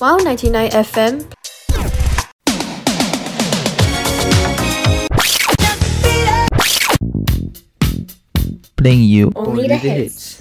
Wow 99 FM. playing you Only the hits.